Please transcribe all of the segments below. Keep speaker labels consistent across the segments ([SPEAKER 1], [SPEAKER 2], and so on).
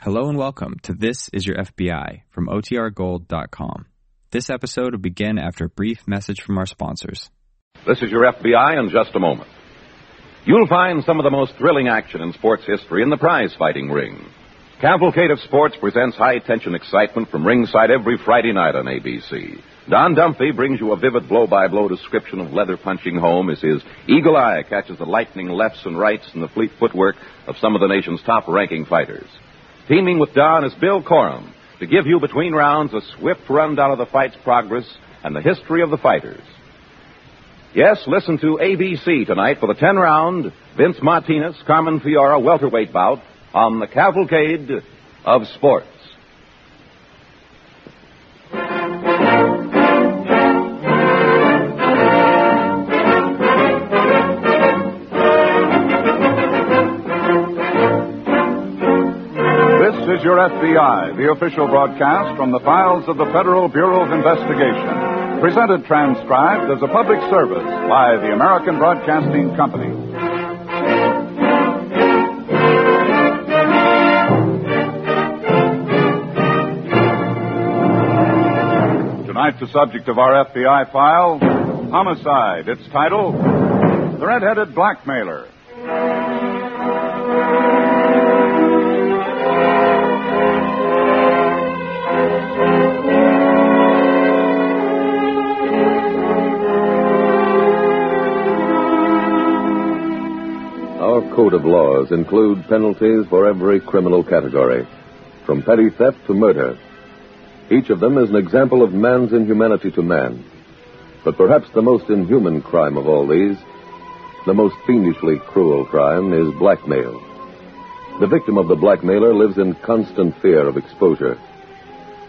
[SPEAKER 1] Hello and welcome to This Is Your FBI from OTRGold.com. This episode will begin after a brief message from our sponsors.
[SPEAKER 2] This is your FBI in just a moment. You'll find some of the most thrilling action in sports history in the prize fighting ring. Cavalcade of Sports presents high tension excitement from ringside every Friday night on ABC. Don Dumphy brings you a vivid blow by blow description of leather punching home as his eagle eye catches the lightning lefts and rights and the fleet footwork of some of the nation's top ranking fighters. Teaming with Don is Bill Corum to give you between rounds a swift rundown of the fight's progress and the history of the fighters. Yes, listen to ABC tonight for the 10 round Vince Martinez Carmen Fiora welterweight bout on the cavalcade of sports.
[SPEAKER 3] This is your FBI, the official broadcast from the files of the Federal Bureau of Investigation. Presented transcribed as a public service by the American Broadcasting Company. Tonight, the subject of our FBI file Homicide. Its title The Red Headed Blackmailer.
[SPEAKER 4] Our code of laws include penalties for every criminal category, from petty theft to murder. Each of them is an example of man's inhumanity to man. But perhaps the most inhuman crime of all these, the most fiendishly cruel crime, is blackmail. The victim of the blackmailer lives in constant fear of exposure,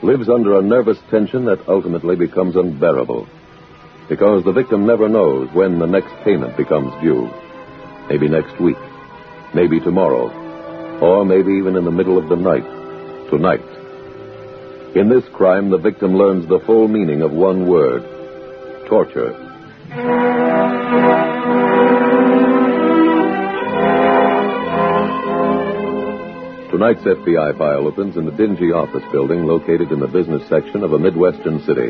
[SPEAKER 4] lives under a nervous tension that ultimately becomes unbearable, because the victim never knows when the next payment becomes due. Maybe next week. Maybe tomorrow. Or maybe even in the middle of the night. Tonight. In this crime, the victim learns the full meaning of one word torture. Tonight's FBI file opens in the dingy office building located in the business section of a Midwestern city.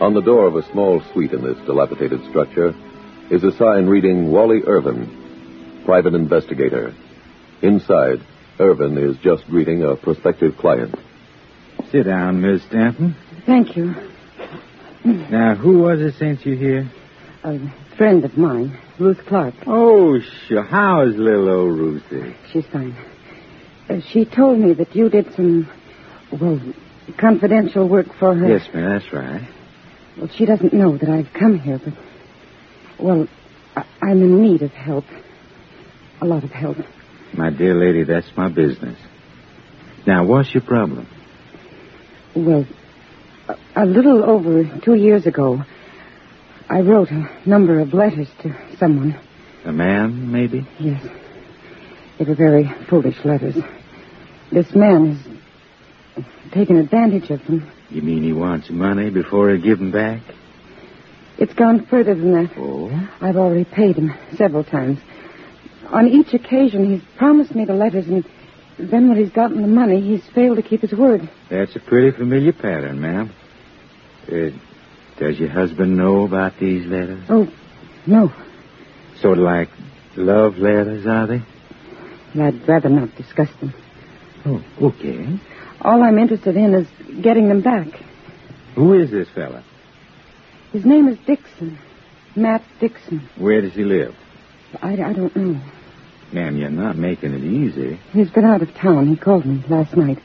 [SPEAKER 4] On the door of a small suite in this dilapidated structure is a sign reading Wally Irvin, private investigator. Inside, Irvin is just greeting a prospective client.
[SPEAKER 5] Sit down, Miss Stanton.
[SPEAKER 6] Thank you.
[SPEAKER 5] Now, who was it sent you here?
[SPEAKER 6] A friend of mine, Ruth Clark.
[SPEAKER 5] Oh, sure. How is little old Ruthie?
[SPEAKER 6] She's fine. Uh, she told me that you did some, well, confidential work for her.
[SPEAKER 5] Yes, ma'am, that's right.
[SPEAKER 6] Well, she doesn't know that I've come here, but, well, I- I'm in need of help. A lot of help.
[SPEAKER 5] My dear lady, that's my business. Now, what's your problem?
[SPEAKER 6] Well, a, a little over two years ago, I wrote a number of letters to someone.
[SPEAKER 5] A man, maybe?
[SPEAKER 6] Yes. They were very foolish letters. This man has taken advantage of them.
[SPEAKER 5] You mean he wants money before he'll give him back?
[SPEAKER 6] It's gone further than that.
[SPEAKER 5] Oh?
[SPEAKER 6] I've already paid him several times. On each occasion, he's promised me the letters, and then when he's gotten the money, he's failed to keep his word.
[SPEAKER 5] That's a pretty familiar pattern, ma'am. Uh, does your husband know about these letters?
[SPEAKER 6] Oh, no.
[SPEAKER 5] Sort of like love letters, are they?
[SPEAKER 6] I'd rather not discuss them.
[SPEAKER 5] Oh, okay.
[SPEAKER 6] All I'm interested in is getting them back.
[SPEAKER 5] Who is this fella?
[SPEAKER 6] His name is Dixon. Matt Dixon.
[SPEAKER 5] Where does he live?
[SPEAKER 6] I, I don't know.
[SPEAKER 5] Ma'am, you're not making it easy.
[SPEAKER 6] He's been out of town. He called me last night.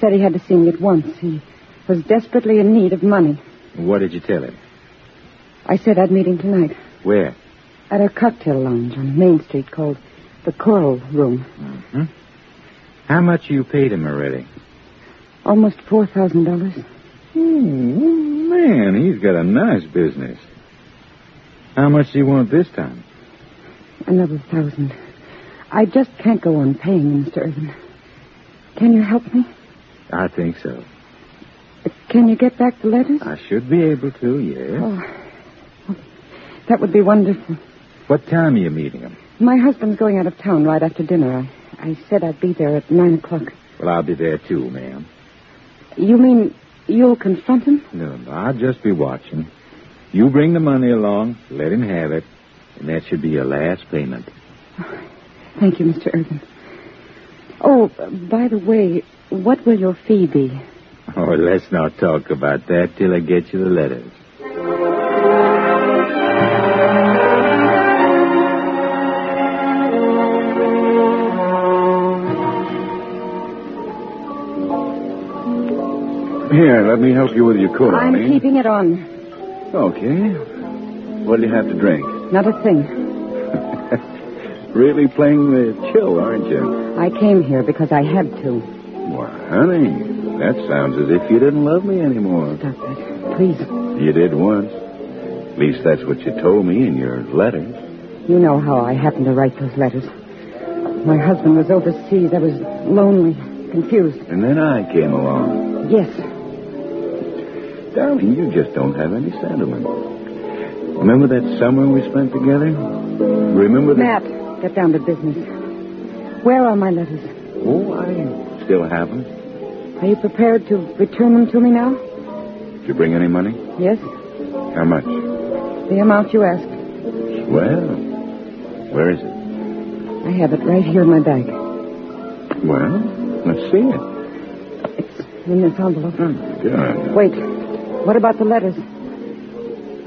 [SPEAKER 6] Said he had to see me at once. He was desperately in need of money.
[SPEAKER 5] What did you tell him?
[SPEAKER 6] I said I'd meet him tonight
[SPEAKER 5] Where?
[SPEAKER 6] at a cocktail lounge on Main Street called the Coral Room.
[SPEAKER 5] Hmm? How much you paid him already?
[SPEAKER 6] Almost four thousand dollars.
[SPEAKER 5] Oh, Hmm, man, he's got a nice business. How much do you want this time?
[SPEAKER 6] Another thousand. I just can't go on paying him, Mr. Irvin. Can you help me?
[SPEAKER 5] I think so.
[SPEAKER 6] Can you get back the letters?
[SPEAKER 5] I should be able to, yes.
[SPEAKER 6] Oh, that would be wonderful.
[SPEAKER 5] What time are you meeting him?
[SPEAKER 6] My husband's going out of town right after dinner. I, I said I'd be there at nine o'clock.
[SPEAKER 7] Well, I'll be there too, ma'am.
[SPEAKER 6] You mean you'll confront him?
[SPEAKER 7] No, no, I'll just be watching. You bring the money along, let him have it, and that should be your last payment.
[SPEAKER 6] Thank you, Mr. Irvin. Oh, by the way, what will your fee be?
[SPEAKER 7] Oh, let's not talk about that till I get you the letters.
[SPEAKER 5] Here, let me help you with your coat,
[SPEAKER 6] I'm
[SPEAKER 5] Arlene.
[SPEAKER 6] keeping it on.
[SPEAKER 5] Okay. What do you have to drink?
[SPEAKER 6] Not a thing.
[SPEAKER 5] Really playing the chill, aren't you?
[SPEAKER 6] I came here because I had to.
[SPEAKER 5] Why, honey, that sounds as if you didn't love me anymore.
[SPEAKER 6] Stop that. Please.
[SPEAKER 5] You did once. At least that's what you told me in your letter.
[SPEAKER 6] You know how I happened to write those letters. My husband was overseas. I was lonely, confused.
[SPEAKER 5] And then I came along.
[SPEAKER 6] Yes.
[SPEAKER 5] Darling, you just don't have any sentiment. Remember that summer we spent together? Remember that?
[SPEAKER 6] Matt, get down to business. Where are my letters?
[SPEAKER 5] Oh, I still have them.
[SPEAKER 6] Are you prepared to return them to me now?
[SPEAKER 5] Did you bring any money?
[SPEAKER 6] Yes?
[SPEAKER 5] How much?
[SPEAKER 6] The amount you asked.
[SPEAKER 5] Well, where is it?
[SPEAKER 6] I have it right here in my bag.
[SPEAKER 5] Well, let's see it.
[SPEAKER 6] It's in this envelope.
[SPEAKER 5] Good.
[SPEAKER 6] Wait. What about the letters?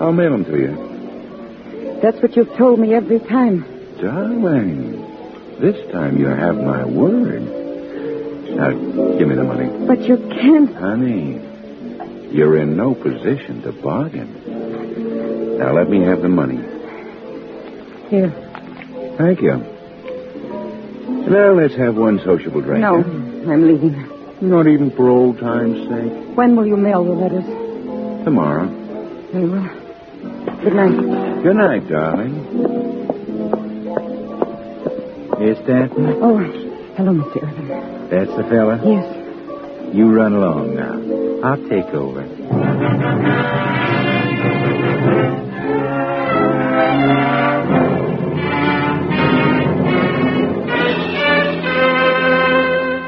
[SPEAKER 5] I'll mail them to you.
[SPEAKER 6] That's what you've told me every time.
[SPEAKER 5] Darling, this time you have my word. Now, give me the money.
[SPEAKER 6] But you can't.
[SPEAKER 5] Honey, you're in no position to bargain. Now, let me have the money.
[SPEAKER 6] Here.
[SPEAKER 5] Thank you. Now, let's have one sociable drink.
[SPEAKER 6] no,
[SPEAKER 5] huh?
[SPEAKER 6] I'm leaving.
[SPEAKER 5] Not even for old time's sake.
[SPEAKER 6] When will you mail the letters?
[SPEAKER 5] Tomorrow.
[SPEAKER 6] Very well. Good night.
[SPEAKER 5] Good night, darling.
[SPEAKER 7] Is that?
[SPEAKER 6] Oh, hello, Mr. Irvin.
[SPEAKER 7] That's the fella.
[SPEAKER 6] Yes.
[SPEAKER 7] You run along now. I'll take over.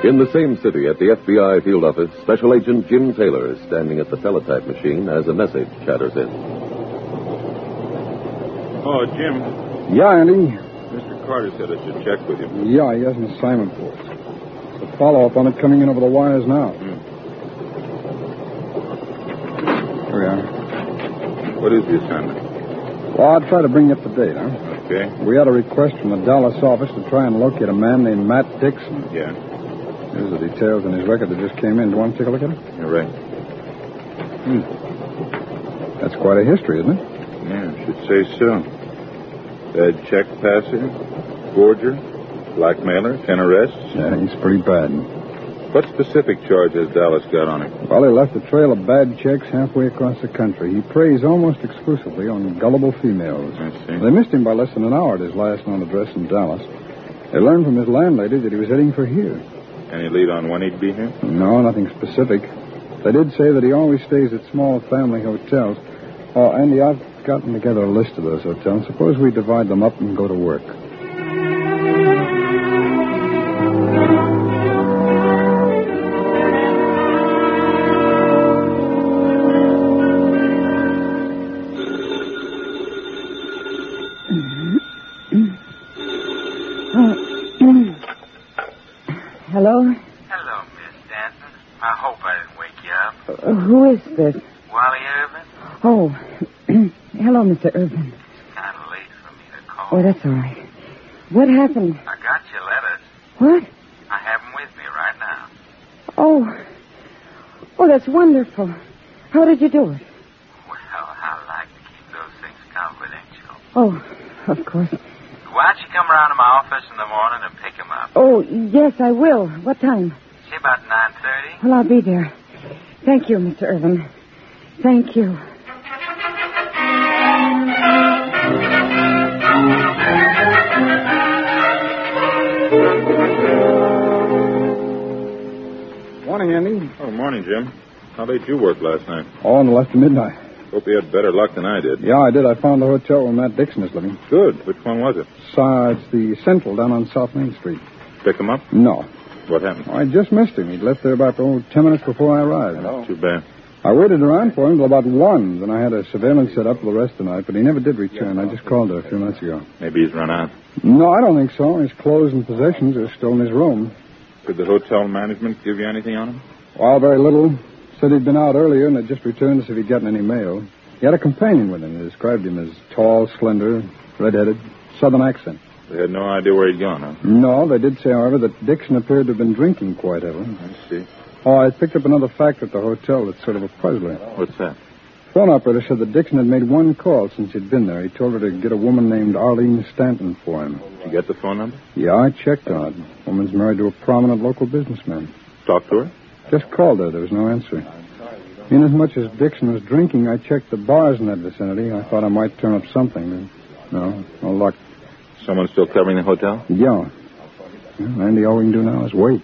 [SPEAKER 4] In the same city at the FBI field office, Special Agent Jim Taylor is standing at the teletype machine as a message chatters in.
[SPEAKER 8] Oh, Jim,
[SPEAKER 9] Yeah, Andy.
[SPEAKER 8] Mr. Carter said I should check with you.
[SPEAKER 9] Yeah, he has an assignment for us. It's a follow up on it coming in over the wires now. Here we are.
[SPEAKER 8] What is the assignment?
[SPEAKER 9] Well, I'll try to bring you up to date, huh?
[SPEAKER 8] Okay.
[SPEAKER 9] We had a request from the Dallas office to try and locate a man named Matt Dixon.
[SPEAKER 8] Yeah,
[SPEAKER 9] Here's the details in his record that just came in. Do you want to take a look at it?
[SPEAKER 8] you're right.
[SPEAKER 9] That's quite a history, isn't it?
[SPEAKER 8] Yeah, I should say so. Bad check passer, forger, blackmailer, ten arrests.
[SPEAKER 9] Yeah, he's pretty bad.
[SPEAKER 8] What specific charge has Dallas got on him?
[SPEAKER 9] Well, he left a trail of bad checks halfway across the country. He preys almost exclusively on gullible females.
[SPEAKER 8] I
[SPEAKER 9] They missed him by less than an hour at his last known address in Dallas. They learned from his landlady that he was heading for here.
[SPEAKER 8] Any lead on when he'd be here?
[SPEAKER 9] No, nothing specific. They did say that he always stays at small family hotels. Oh, Andy, I've gotten together a list of those hotels. Suppose we divide them up and go to work.
[SPEAKER 6] Uh, Hello?
[SPEAKER 2] Hello, Miss Stanton. I hope I didn't wake you up.
[SPEAKER 6] Uh, who is this?
[SPEAKER 2] Wally Irvin?
[SPEAKER 6] Oh, hello, Mr. Irvin.
[SPEAKER 2] Kind of late for me to call.
[SPEAKER 6] Oh, that's all right. What happened?
[SPEAKER 2] I got your letters.
[SPEAKER 6] What?
[SPEAKER 2] I have them with me right now.
[SPEAKER 6] Oh. Oh, that's wonderful. How did you do it?
[SPEAKER 2] Well, I like to keep those things confidential.
[SPEAKER 6] Oh, of course.
[SPEAKER 2] Why don't you come around to my office in the morning and pick 'em up?
[SPEAKER 6] Oh, yes, I will. What time?
[SPEAKER 2] Say about 9.30.
[SPEAKER 6] Well, I'll be there. Thank you, Mr. Irvin. Thank you.
[SPEAKER 9] Morning, Andy.
[SPEAKER 8] Oh, morning, Jim. How late you worked last night?
[SPEAKER 9] Oh, and left at midnight.
[SPEAKER 8] Hope you had better luck than I did.
[SPEAKER 9] Yeah, I did. I found the hotel where Matt Dixon is living.
[SPEAKER 8] Good. Which one was it?
[SPEAKER 9] Besides the Central down on South Main Street.
[SPEAKER 8] Pick 'em up?
[SPEAKER 9] No.
[SPEAKER 10] What happened?
[SPEAKER 9] Oh, I just missed him. He'd left there about oh, ten minutes before I arrived.
[SPEAKER 10] Too bad.
[SPEAKER 9] I waited around for him till about one. Then I had a surveillance set up for the rest of the night, but he never did return. I just called her a few minutes ago.
[SPEAKER 10] Maybe he's run out.
[SPEAKER 9] No, I don't think so. His clothes and possessions are still in his room.
[SPEAKER 10] Could the hotel management give you anything on him?
[SPEAKER 9] Well, very little. Said he'd been out earlier and had just returned to see if he'd gotten any mail. He had a companion with him. They described him as tall, slender, red-headed, southern accent.
[SPEAKER 10] They had no idea where he'd gone, huh?
[SPEAKER 9] No, they did say, however, that Dixon appeared to have been drinking quite heavily.
[SPEAKER 10] I see.
[SPEAKER 9] Oh, I picked up another fact at the hotel that's sort of a puzzler.
[SPEAKER 10] What's that?
[SPEAKER 9] Phone operator said that Dixon had made one call since he'd been there. He told her to get a woman named Arlene Stanton for him.
[SPEAKER 10] Did you get the phone number?
[SPEAKER 9] Yeah, I checked on it. Woman's married to a prominent local businessman.
[SPEAKER 10] Talk to her?
[SPEAKER 9] Just called her. There was no answer. Inasmuch as Dixon was drinking, I checked the bars in that vicinity. I thought I might turn up something. No, no luck.
[SPEAKER 10] Someone still covering the hotel?
[SPEAKER 9] Yeah. Well, Andy, all we can do now is wait.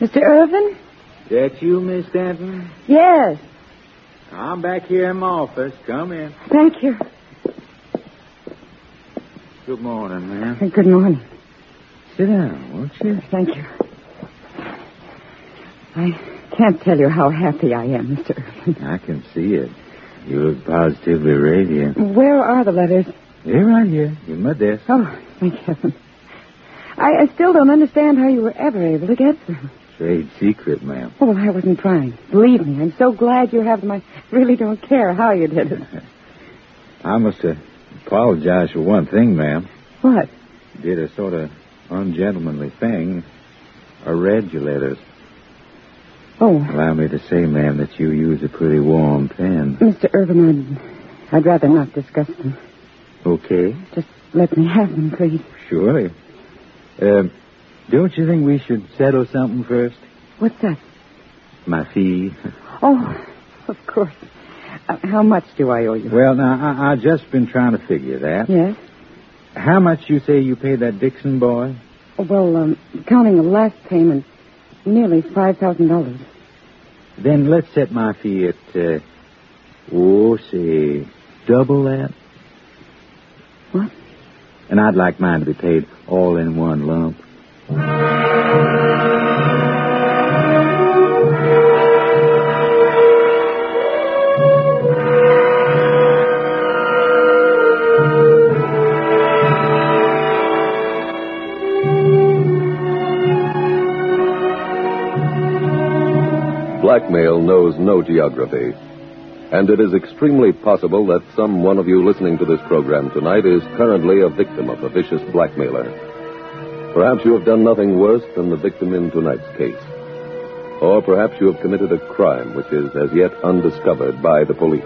[SPEAKER 6] Mr. Irvin?
[SPEAKER 5] That you, Miss Stanton?
[SPEAKER 6] Yes.
[SPEAKER 5] I'm back here in my office. Come in.
[SPEAKER 6] Thank you.
[SPEAKER 5] Good morning, ma'am.
[SPEAKER 6] Good morning.
[SPEAKER 5] Sit down, won't you?
[SPEAKER 6] Thank you. I can't tell you how happy I am, Mr. Irvin.
[SPEAKER 5] I can see it. You look positively radiant.
[SPEAKER 6] Where are the letters?
[SPEAKER 5] They're right here in my desk.
[SPEAKER 6] Oh, thank heaven. I, I still don't understand how you were ever able to get them.
[SPEAKER 5] Trade secret, ma'am.
[SPEAKER 6] Oh, well, I wasn't trying. Believe me, I'm so glad you have them. I really don't care how you did it.
[SPEAKER 5] I must uh, apologize for one thing, ma'am.
[SPEAKER 6] What?
[SPEAKER 5] Did a sort of ungentlemanly thing. I read your letters.
[SPEAKER 6] Oh,
[SPEAKER 5] Allow me to say, ma'am, that you use a pretty warm pen.
[SPEAKER 6] Mr. Irvin, I'd, I'd rather not discuss them.
[SPEAKER 5] Okay.
[SPEAKER 6] Just let me have them, please.
[SPEAKER 5] Surely. Um, don't you think we should settle something first?
[SPEAKER 6] What's that?
[SPEAKER 5] My fee.
[SPEAKER 6] Oh, of course. Uh, how much do I owe you?
[SPEAKER 5] Well, now, I, I just been trying to figure that.
[SPEAKER 6] Yes?
[SPEAKER 5] How much you say you paid that Dixon boy?
[SPEAKER 6] Well, um, counting the last payment, nearly $5,000.
[SPEAKER 5] Then let's set my fee at, uh, oh, say, double that.
[SPEAKER 6] What?
[SPEAKER 5] And I'd like mine to be paid all in one lump.
[SPEAKER 4] Blackmail knows no geography. And it is extremely possible that some one of you listening to this program tonight is currently a victim of a vicious blackmailer. Perhaps you have done nothing worse than the victim in tonight's case. Or perhaps you have committed a crime which is as yet undiscovered by the police.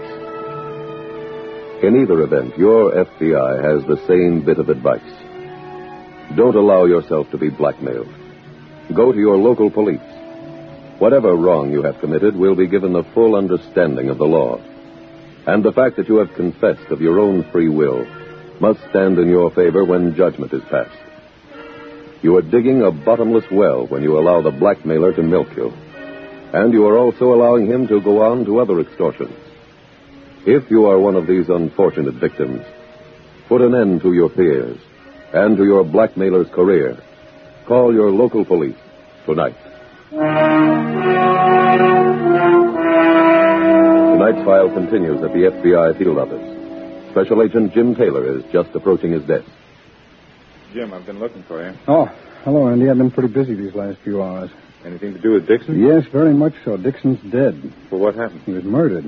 [SPEAKER 4] In either event, your FBI has the same bit of advice. Don't allow yourself to be blackmailed. Go to your local police. Whatever wrong you have committed will be given the full understanding of the law. And the fact that you have confessed of your own free will must stand in your favor when judgment is passed. You are digging a bottomless well when you allow the blackmailer to milk you. And you are also allowing him to go on to other extortions. If you are one of these unfortunate victims, put an end to your fears and to your blackmailer's career. Call your local police tonight. Tonight's file continues at the FBI field office. Special Agent Jim Taylor is just approaching his desk.
[SPEAKER 10] Jim, I've been looking for you.
[SPEAKER 9] Oh, hello, Andy. I've been pretty busy these last few hours.
[SPEAKER 10] Anything to do with Dixon?
[SPEAKER 9] Yes, very much so. Dixon's dead.
[SPEAKER 10] Well, what happened?
[SPEAKER 9] He was murdered.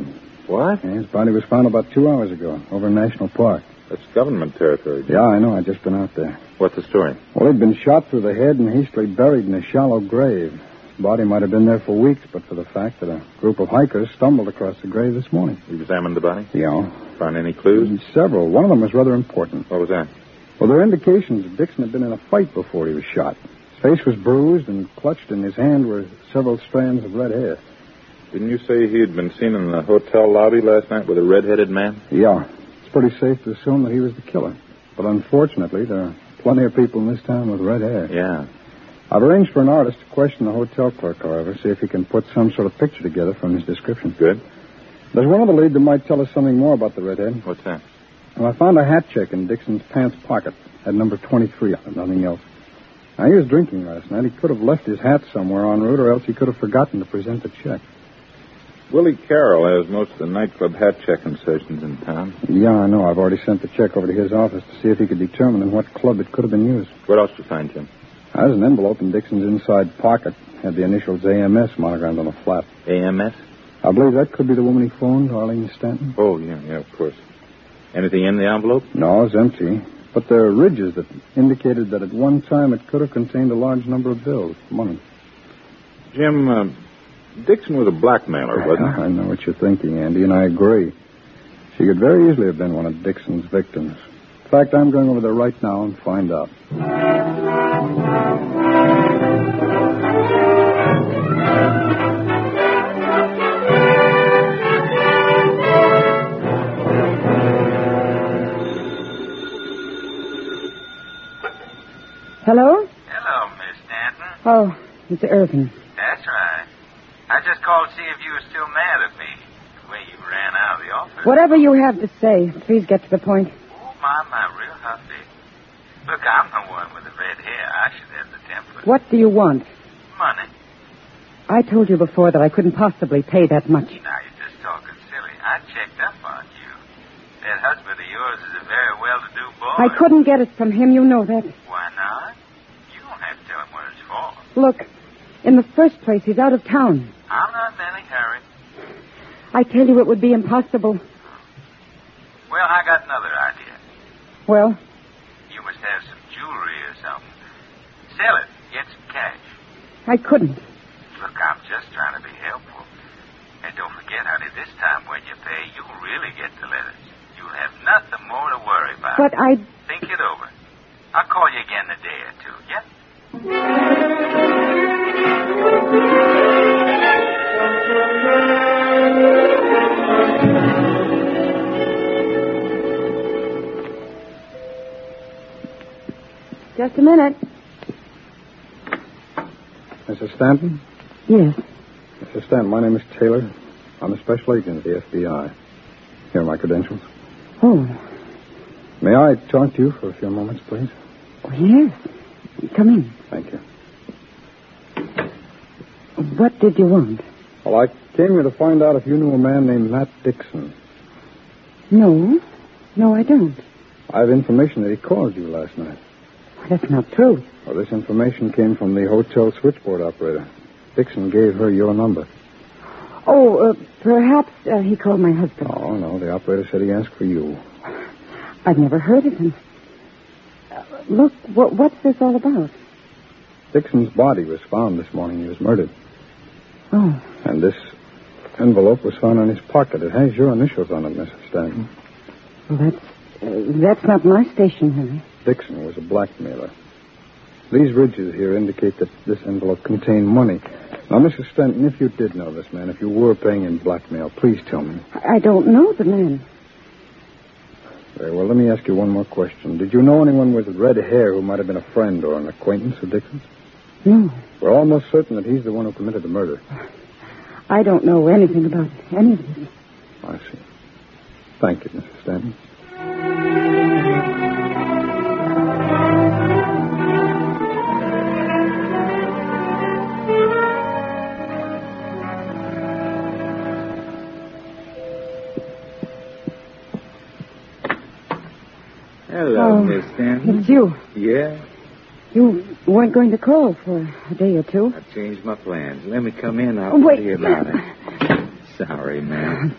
[SPEAKER 10] What?
[SPEAKER 9] And his body was found about two hours ago over in National Park.
[SPEAKER 10] That's government territory. Jim.
[SPEAKER 9] Yeah, I know. I've just been out there.
[SPEAKER 10] What's the story?
[SPEAKER 9] Well, he'd been shot through the head and hastily buried in a shallow grave. His body might have been there for weeks, but for the fact that a group of hikers stumbled across the grave this morning.
[SPEAKER 10] You examined the body?
[SPEAKER 9] Yeah.
[SPEAKER 10] Found any clues?
[SPEAKER 9] Several. One of them was rather important.
[SPEAKER 10] What was that?
[SPEAKER 9] Well, there are indications that Dixon had been in a fight before he was shot. His face was bruised and clutched in his hand were several strands of red hair.
[SPEAKER 10] Didn't you say he had been seen in the hotel lobby last night with a red-headed man?
[SPEAKER 9] Yeah. It's pretty safe to assume that he was the killer. But unfortunately, there are plenty of people in this town with red hair.
[SPEAKER 10] Yeah.
[SPEAKER 9] I've arranged for an artist to question the hotel clerk, however, see if he can put some sort of picture together from his description.
[SPEAKER 5] Good.
[SPEAKER 9] There's one other lead that might tell us something more about the redhead.
[SPEAKER 5] What's that?
[SPEAKER 9] Well, I found a hat check in Dixon's pants pocket. Had number 23 on it, nothing else. Now, he was drinking last night. He could have left his hat somewhere en route, or else he could have forgotten to present the check.
[SPEAKER 5] Willie Carroll has most of the nightclub hat checking sessions in town.
[SPEAKER 9] Yeah, I know. I've already sent the check over to his office to see if he could determine in what club it could have been used.
[SPEAKER 5] What else did you find, Jim?
[SPEAKER 9] Now, There's an envelope in Dixon's inside pocket. Had the initials AMS monogrammed on the flap.
[SPEAKER 5] AMS?
[SPEAKER 9] I believe that could be the woman he phoned, Arlene Stanton.
[SPEAKER 5] Oh, yeah, yeah, of course. Anything in the envelope?
[SPEAKER 9] No, it's empty. But there are ridges that indicated that at one time it could have contained a large number of bills, money.
[SPEAKER 5] Jim, uh, Dixon was a blackmailer, wasn't
[SPEAKER 9] I know what you're thinking, Andy, and I agree. She could very easily have been one of Dixon's victims. In fact, I'm going over there right now and find out.
[SPEAKER 6] Hello?
[SPEAKER 2] Hello, Miss Stanton.
[SPEAKER 6] Oh, it's Irvin.
[SPEAKER 2] That's right. I just called to see if you were still mad at me, the way you ran out of the office.
[SPEAKER 6] Whatever you have to say, please get to the point.
[SPEAKER 2] Oh, my, my, real huffy. Look, I'm the one with the red hair. I should have the temper.
[SPEAKER 6] What do you want?
[SPEAKER 2] Money.
[SPEAKER 6] I told you before that I couldn't possibly pay that much.
[SPEAKER 2] Now, you're just talking silly. I checked up on you. That husband of yours is a very well-to-do boy.
[SPEAKER 6] I couldn't get it from him, you know that.
[SPEAKER 2] Why not? You don't have to tell him what it's for.
[SPEAKER 6] Look, in the first place, he's out of town.
[SPEAKER 2] I'm not in any hurry.
[SPEAKER 6] I tell you, it would be impossible.
[SPEAKER 2] Well, I got another idea.
[SPEAKER 6] Well,
[SPEAKER 2] You must have some jewelry or something. Sell it. Get some cash.
[SPEAKER 6] I couldn't.
[SPEAKER 2] Look, I'm just trying to be helpful. And don't forget, honey, this time when you pay, you'll really get the letters. You'll have nothing more to worry about.
[SPEAKER 6] But I.
[SPEAKER 2] Think it over. I'll call you again in a day or two, yeah?
[SPEAKER 6] Just a minute.
[SPEAKER 9] Mrs. Stanton?
[SPEAKER 6] Yes.
[SPEAKER 9] Mrs. Stanton, my name is Taylor. I'm a special agent of the FBI. Here are my credentials.
[SPEAKER 6] Oh,
[SPEAKER 9] May I talk to you for a few moments, please?
[SPEAKER 6] oh, yes. Come in.
[SPEAKER 9] Thank you.
[SPEAKER 6] What did you want?
[SPEAKER 9] Well, I came here to find out if you knew a man named Matt Dixon.
[SPEAKER 6] No. No, I don't.
[SPEAKER 9] I have information that he called you last night.
[SPEAKER 6] That's not true.
[SPEAKER 9] Well, this information came from the hotel switchboard operator. Dixon gave her your number.
[SPEAKER 6] Oh, uh, perhaps uh, he called my husband.
[SPEAKER 9] Oh, no, the operator said he asked for you.
[SPEAKER 6] I've never heard of him. Uh, look, what, what's this all about?
[SPEAKER 9] Dixon's body was found this morning. He was murdered.
[SPEAKER 6] Oh,
[SPEAKER 9] And this envelope was found in his pocket. It has your initials on it, Mrs. Stanton.
[SPEAKER 6] well, that's uh, that's not my station, Henry.
[SPEAKER 9] Dixon was a blackmailer. These ridges here indicate that this envelope contained money. Now, Mrs. Stanton, if you did know this man, if you were paying in blackmail, please tell me.
[SPEAKER 6] I, I don't know the man.
[SPEAKER 9] Very well, let me ask you one more question. Did you know anyone with red hair who might have been a friend or an acquaintance of Dixon's?
[SPEAKER 6] No,
[SPEAKER 9] We're almost certain that he's the one who committed the murder.
[SPEAKER 6] I don't know anything about any of this.
[SPEAKER 9] I see. Thank you, Mrs. Stanton.
[SPEAKER 5] Hello,
[SPEAKER 6] Oh.
[SPEAKER 5] Miss Stanton.
[SPEAKER 6] It's you.
[SPEAKER 5] Yeah,
[SPEAKER 6] You weren't going to call for a day or two.
[SPEAKER 5] I changed my plans. Let me come in. I'll
[SPEAKER 6] Oh, wait.
[SPEAKER 5] tell you about it. Sorry, ma'am.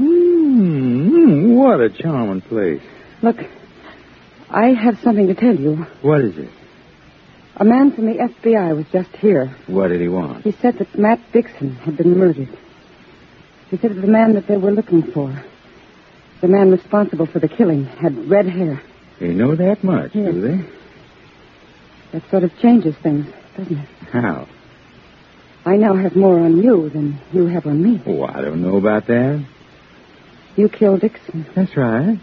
[SPEAKER 5] Mm, what a charming place.
[SPEAKER 6] Look, I have something to tell you.
[SPEAKER 5] What is it?
[SPEAKER 6] A man from the FBI was just here.
[SPEAKER 5] What did he want?
[SPEAKER 6] He said that Matt Dixon had been murdered. He said it was the man that they were looking for. The man responsible for the killing had red hair.
[SPEAKER 5] They know that much,
[SPEAKER 6] Yes.
[SPEAKER 5] do they?
[SPEAKER 6] That sort of changes things, doesn't it?
[SPEAKER 5] How?
[SPEAKER 6] I now have more on you than you have on me.
[SPEAKER 5] Oh, I don't know about that.
[SPEAKER 6] You killed Dixon.
[SPEAKER 5] That's right.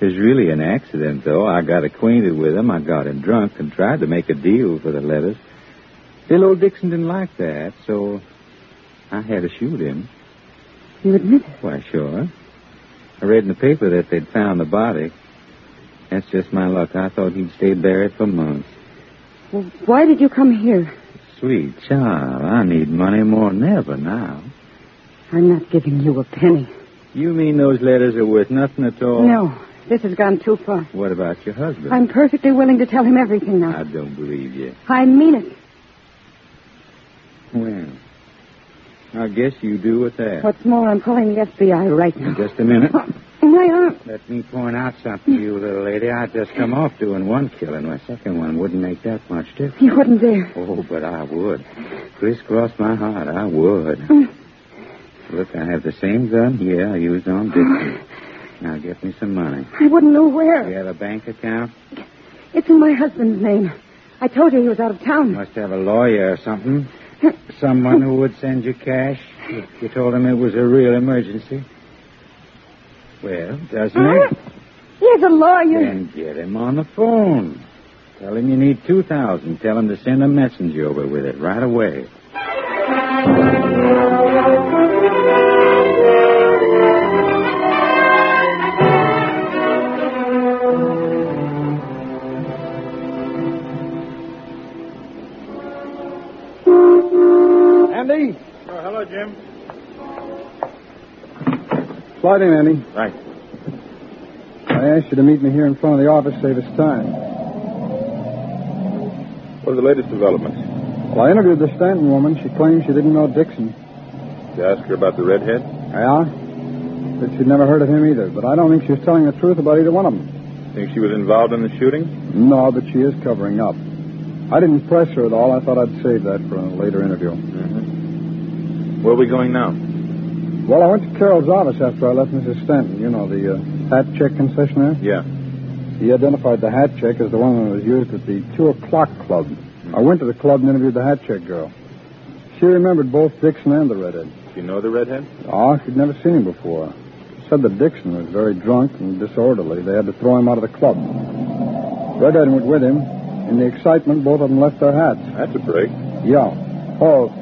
[SPEAKER 5] was really an accident, though. I got acquainted with him. I got him drunk and tried to make a deal for the letters. Still, old Dixon didn't like that, so I had to shoot him.
[SPEAKER 6] You admit it?
[SPEAKER 5] Why, sure. I read in the paper that they'd found the body. That's just my luck. I thought he'd stay buried for months.
[SPEAKER 6] Well, why did you come here?
[SPEAKER 5] Sweet child, I need money more than ever now.
[SPEAKER 6] I'm not giving you a penny.
[SPEAKER 5] You mean those letters are worth nothing at all?
[SPEAKER 6] No, this has gone too far.
[SPEAKER 5] What about your husband?
[SPEAKER 6] I'm perfectly willing to tell him everything now.
[SPEAKER 5] I don't believe you.
[SPEAKER 6] I mean it.
[SPEAKER 5] Well, I guess you do with that.
[SPEAKER 6] What's more, I'm calling the FBI right now.
[SPEAKER 5] Just a minute.
[SPEAKER 6] My arm.
[SPEAKER 5] Let me point out something to you, little lady. I just come off doing one killing. My second one wouldn't make that much difference.
[SPEAKER 6] You wouldn't dare.
[SPEAKER 5] Oh, but I would. Crisscross my heart, I would. Look, I have the same gun here I used on Dixon. Now get me some money.
[SPEAKER 6] I wouldn't know where.
[SPEAKER 5] You have a bank account?
[SPEAKER 6] It's in my husband's name. I told you he was out of town.
[SPEAKER 5] Must have a lawyer or something. Someone who would send you cash. if You told him it was a real emergency. Well, doesn't it?
[SPEAKER 6] He's a lawyer.
[SPEAKER 5] Then get him on the phone. Tell him you need two thousand. Tell him to send a messenger over with it right away.
[SPEAKER 9] Andy?
[SPEAKER 11] Oh, hello, Jim.
[SPEAKER 9] Slide in, Andy.
[SPEAKER 11] Right.
[SPEAKER 9] I asked you to meet me here in front of the office, save us time.
[SPEAKER 11] What are the latest developments?
[SPEAKER 9] Well, I interviewed the Stanton woman. She claims she didn't know Dixon.
[SPEAKER 11] Did you ask her about the redhead?
[SPEAKER 9] Yeah? Said she'd never heard of him either, but I don't think she was telling the truth about either one of them.
[SPEAKER 11] Think she was involved in the shooting?
[SPEAKER 9] No, but she is covering up. I didn't press her at all. I thought I'd save that for a later interview.
[SPEAKER 11] Mm-hmm. Where are we going now?
[SPEAKER 9] Well, I went to Carol's office after I left Mrs. Stanton. You know, the uh, hat check concessionaire.
[SPEAKER 11] Yeah.
[SPEAKER 9] He identified the hat check as the one that was used at the 2 o'clock club. I went to the club and interviewed the hat check girl. She remembered both Dixon and the redhead.
[SPEAKER 11] Do you know the redhead?
[SPEAKER 9] Oh, she'd never seen him before. Said that Dixon was very drunk and disorderly. They had to throw him out of the club. Redhead went with him. In the excitement, both of them left their hats.
[SPEAKER 11] That's a break.
[SPEAKER 9] Yeah. Oh,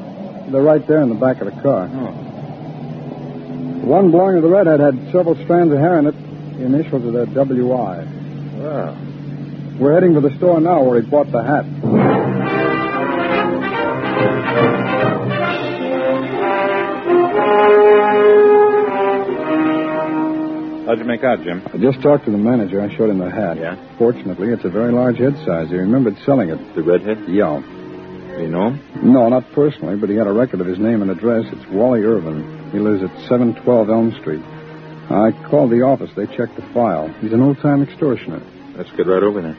[SPEAKER 9] they're right there in the back of the car.
[SPEAKER 11] Oh.
[SPEAKER 9] The one belonging to the redhead had several strands of hair in it. The initials of their WI.
[SPEAKER 11] Wow.
[SPEAKER 9] We're heading for the store now where he bought the hat.
[SPEAKER 11] How'd you make out, Jim?
[SPEAKER 9] I just talked to the manager. I showed him the hat.
[SPEAKER 11] Yeah.
[SPEAKER 9] Fortunately, it's a very large head size. He remembered selling it.
[SPEAKER 11] The redhead?
[SPEAKER 9] Yeah.
[SPEAKER 11] Do you know him?
[SPEAKER 9] No, not personally, but he had a record of his name and address. It's Wally Irvin. He lives at 712 Elm Street. I called the office. They checked the file. He's an old time extortioner.
[SPEAKER 11] Let's get right over there.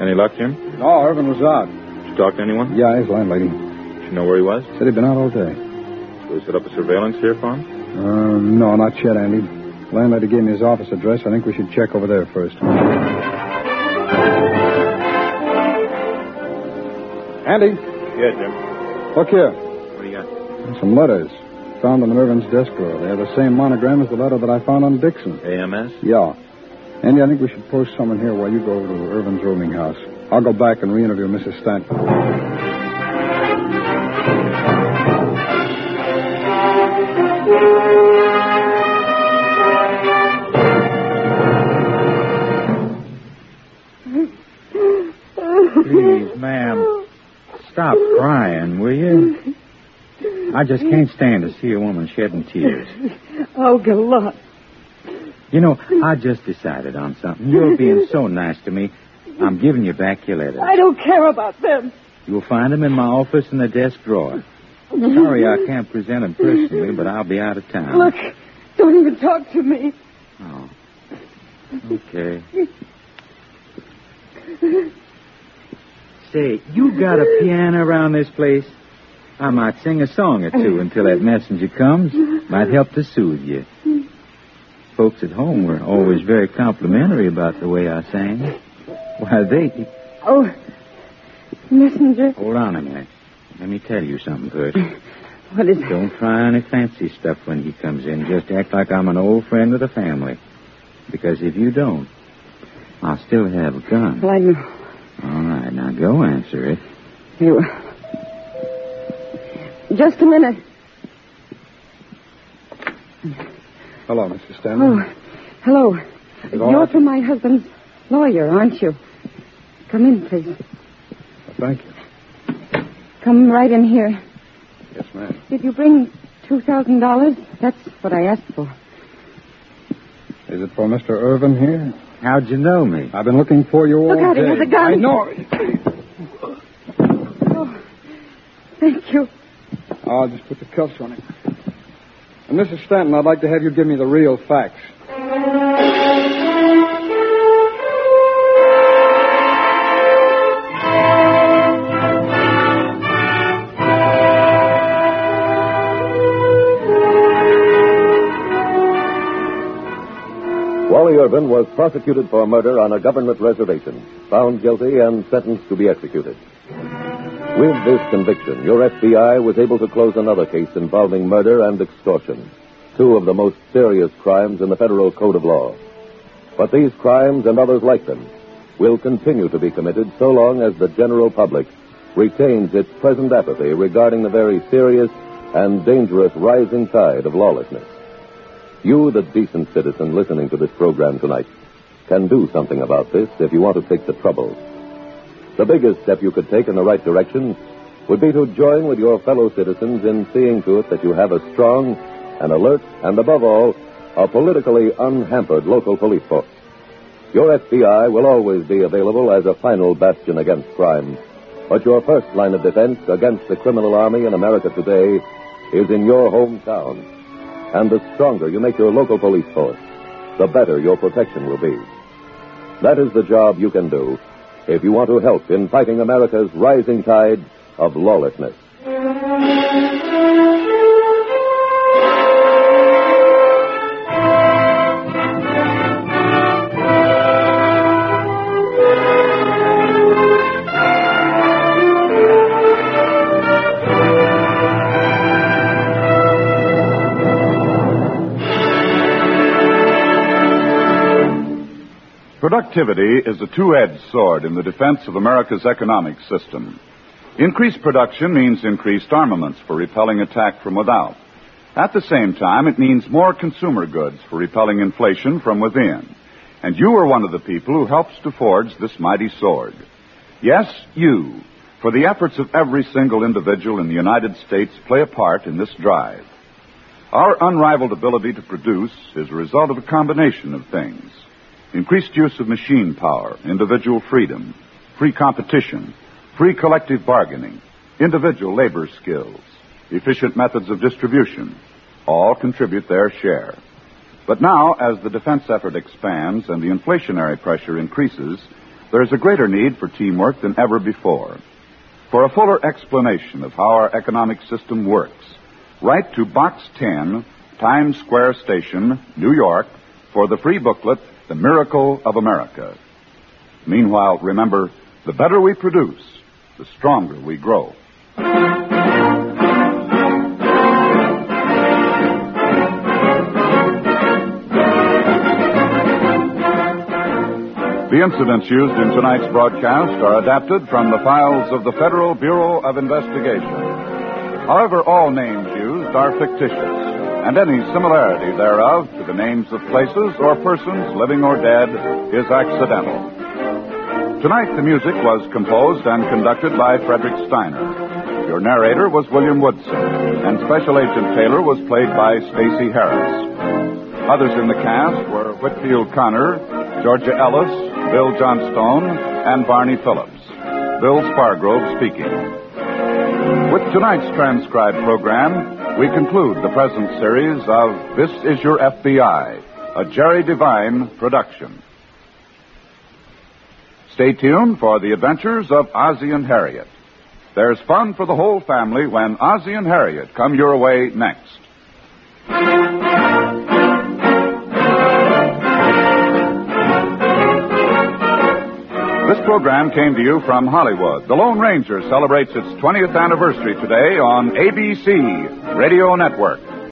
[SPEAKER 11] Any luck, Jim?
[SPEAKER 9] No, Irvin was out.
[SPEAKER 11] Did you talk to anyone?
[SPEAKER 9] Yeah, his landlady.
[SPEAKER 11] Did you know where he was?
[SPEAKER 9] Said he'd been out all day.
[SPEAKER 11] Did we set up a surveillance here for him?
[SPEAKER 9] Uh, no, not yet, Andy. Landlady gave me his office address. I think we should check over there first. Andy,
[SPEAKER 11] Yeah, Jim.
[SPEAKER 9] look here.
[SPEAKER 11] What do you got?
[SPEAKER 9] Some letters found on Irvin's desk drawer. They have the same monogram as the letter that I found on Dixon.
[SPEAKER 11] AMS?
[SPEAKER 9] Yeah. Andy, I think we should post someone here while you go over to Irvin's rooming house. I'll go back and re-interview Mrs. Stanton.
[SPEAKER 5] Please, ma'am, stop crying, will you? I just can't stand to see a woman shedding tears.
[SPEAKER 6] Oh, Galot.
[SPEAKER 5] You know, I just decided on something. You're being so nice to me. I'm giving you back your letters.
[SPEAKER 6] I don't care about them.
[SPEAKER 5] You'll find them in my office in the desk drawer. Sorry I can't present them personally, but I'll be out of town.
[SPEAKER 6] Look, don't even talk to me.
[SPEAKER 5] Oh. Okay. Say, you got a piano around this place? I might sing a song or two until that messenger comes. Might help to soothe you. Folks at home were always very complimentary about the way I sang. Why, they.
[SPEAKER 6] Oh, messenger.
[SPEAKER 5] Hold on a minute. Let me tell you something first.
[SPEAKER 6] What is
[SPEAKER 5] Don't try any fancy stuff when he comes in. Just act like I'm an old friend of the family. Because if you don't, I'll still have a gun.
[SPEAKER 6] Well, I know.
[SPEAKER 5] All right, now go answer it.
[SPEAKER 6] You. Just a minute.
[SPEAKER 9] Hello, Mrs.
[SPEAKER 6] Oh,
[SPEAKER 9] Stanley.
[SPEAKER 6] hello.
[SPEAKER 9] Is it all
[SPEAKER 6] You're
[SPEAKER 9] right?
[SPEAKER 6] from my husband's lawyer, aren't you? Come in, please.
[SPEAKER 9] Thank you.
[SPEAKER 6] Come right in here.
[SPEAKER 9] Yes, ma'am.
[SPEAKER 6] Did you bring $2,000? That's what I asked for.
[SPEAKER 9] Is it for Mr. Irvin here?
[SPEAKER 5] How'd you know me?
[SPEAKER 9] I've been looking for you all
[SPEAKER 6] Look out,
[SPEAKER 9] day.
[SPEAKER 6] he has a gun.
[SPEAKER 9] I know.
[SPEAKER 6] Oh, thank you.
[SPEAKER 9] I'll Oh, just put the cuffs on him. And Mrs. Stanton, I'd like to have you give me the real facts.
[SPEAKER 4] Wally Irvin was prosecuted for murder on a government reservation, found guilty, and sentenced to be executed. With this conviction, your FBI was able to close another case involving murder and extortion, two of the most serious crimes in the federal code of law. But these crimes and others like them will continue to be committed so long as the general public retains its present apathy regarding the very serious and dangerous rising tide of lawlessness. You, the decent citizen listening to this program tonight, can do something about this if you want to take the trouble. The biggest step you could take in the right direction would be to join with your fellow citizens in seeing to it that you have a strong, an alert, and above all, a politically unhampered local police force. Your FBI will always be available as a final bastion against crime, but your first line of defense against the criminal army in America today is in your hometown. And the stronger you make your local police force, the better your protection will be. That is the job you can do if you want to help in fighting America's rising tide of lawlessness.
[SPEAKER 2] Productivity is a two edged sword in the defense of America's economic system. Increased production means increased armaments for repelling attack from without. At the same time, it means more consumer goods for repelling inflation from within. And you are one of the people who helps to forge this mighty sword. Yes, you, for the efforts of every single individual in the United States play a part in this drive. Our unrivaled ability to produce is a result of a combination of things increased use of machine power, individual freedom, free competition, free collective bargaining, individual labor skills, efficient methods of distribution, all contribute their share. But now, as the defense effort expands and the inflationary pressure increases, there is a greater need for teamwork than ever before. For a fuller explanation of how our economic system works, write to Box 10, Times Square Station, New York, for the free booklet, The Miracle of America. Meanwhile, remember the better we produce, the stronger we grow. The incidents used in tonight's broadcast are adapted from the files of the Federal Bureau of Investigation. However, all names used are fictitious, and any similarity thereof to the names of places or persons, living or dead, is accidental. Tonight, the music was composed and conducted by Frederick Steiner. Your narrator was William Woodson, and Special Agent Taylor was played by Stacy Harris. Others in the cast were Whitfield Connor, Georgia Ellis, Bill Johnstone, and Barney Phillips. Bill Spargrove speaking. With tonight's transcribed program, we conclude the present series of This Is Your FBI, a Jerry Devine production. Stay tuned for the adventures of Ozzie and Harriet. There's fun for the whole family when Ozzie and Harriet come your way next. This
[SPEAKER 9] program came to you from Hollywood. The Lone Ranger celebrates its 20th anniversary today on ABC Radio Network.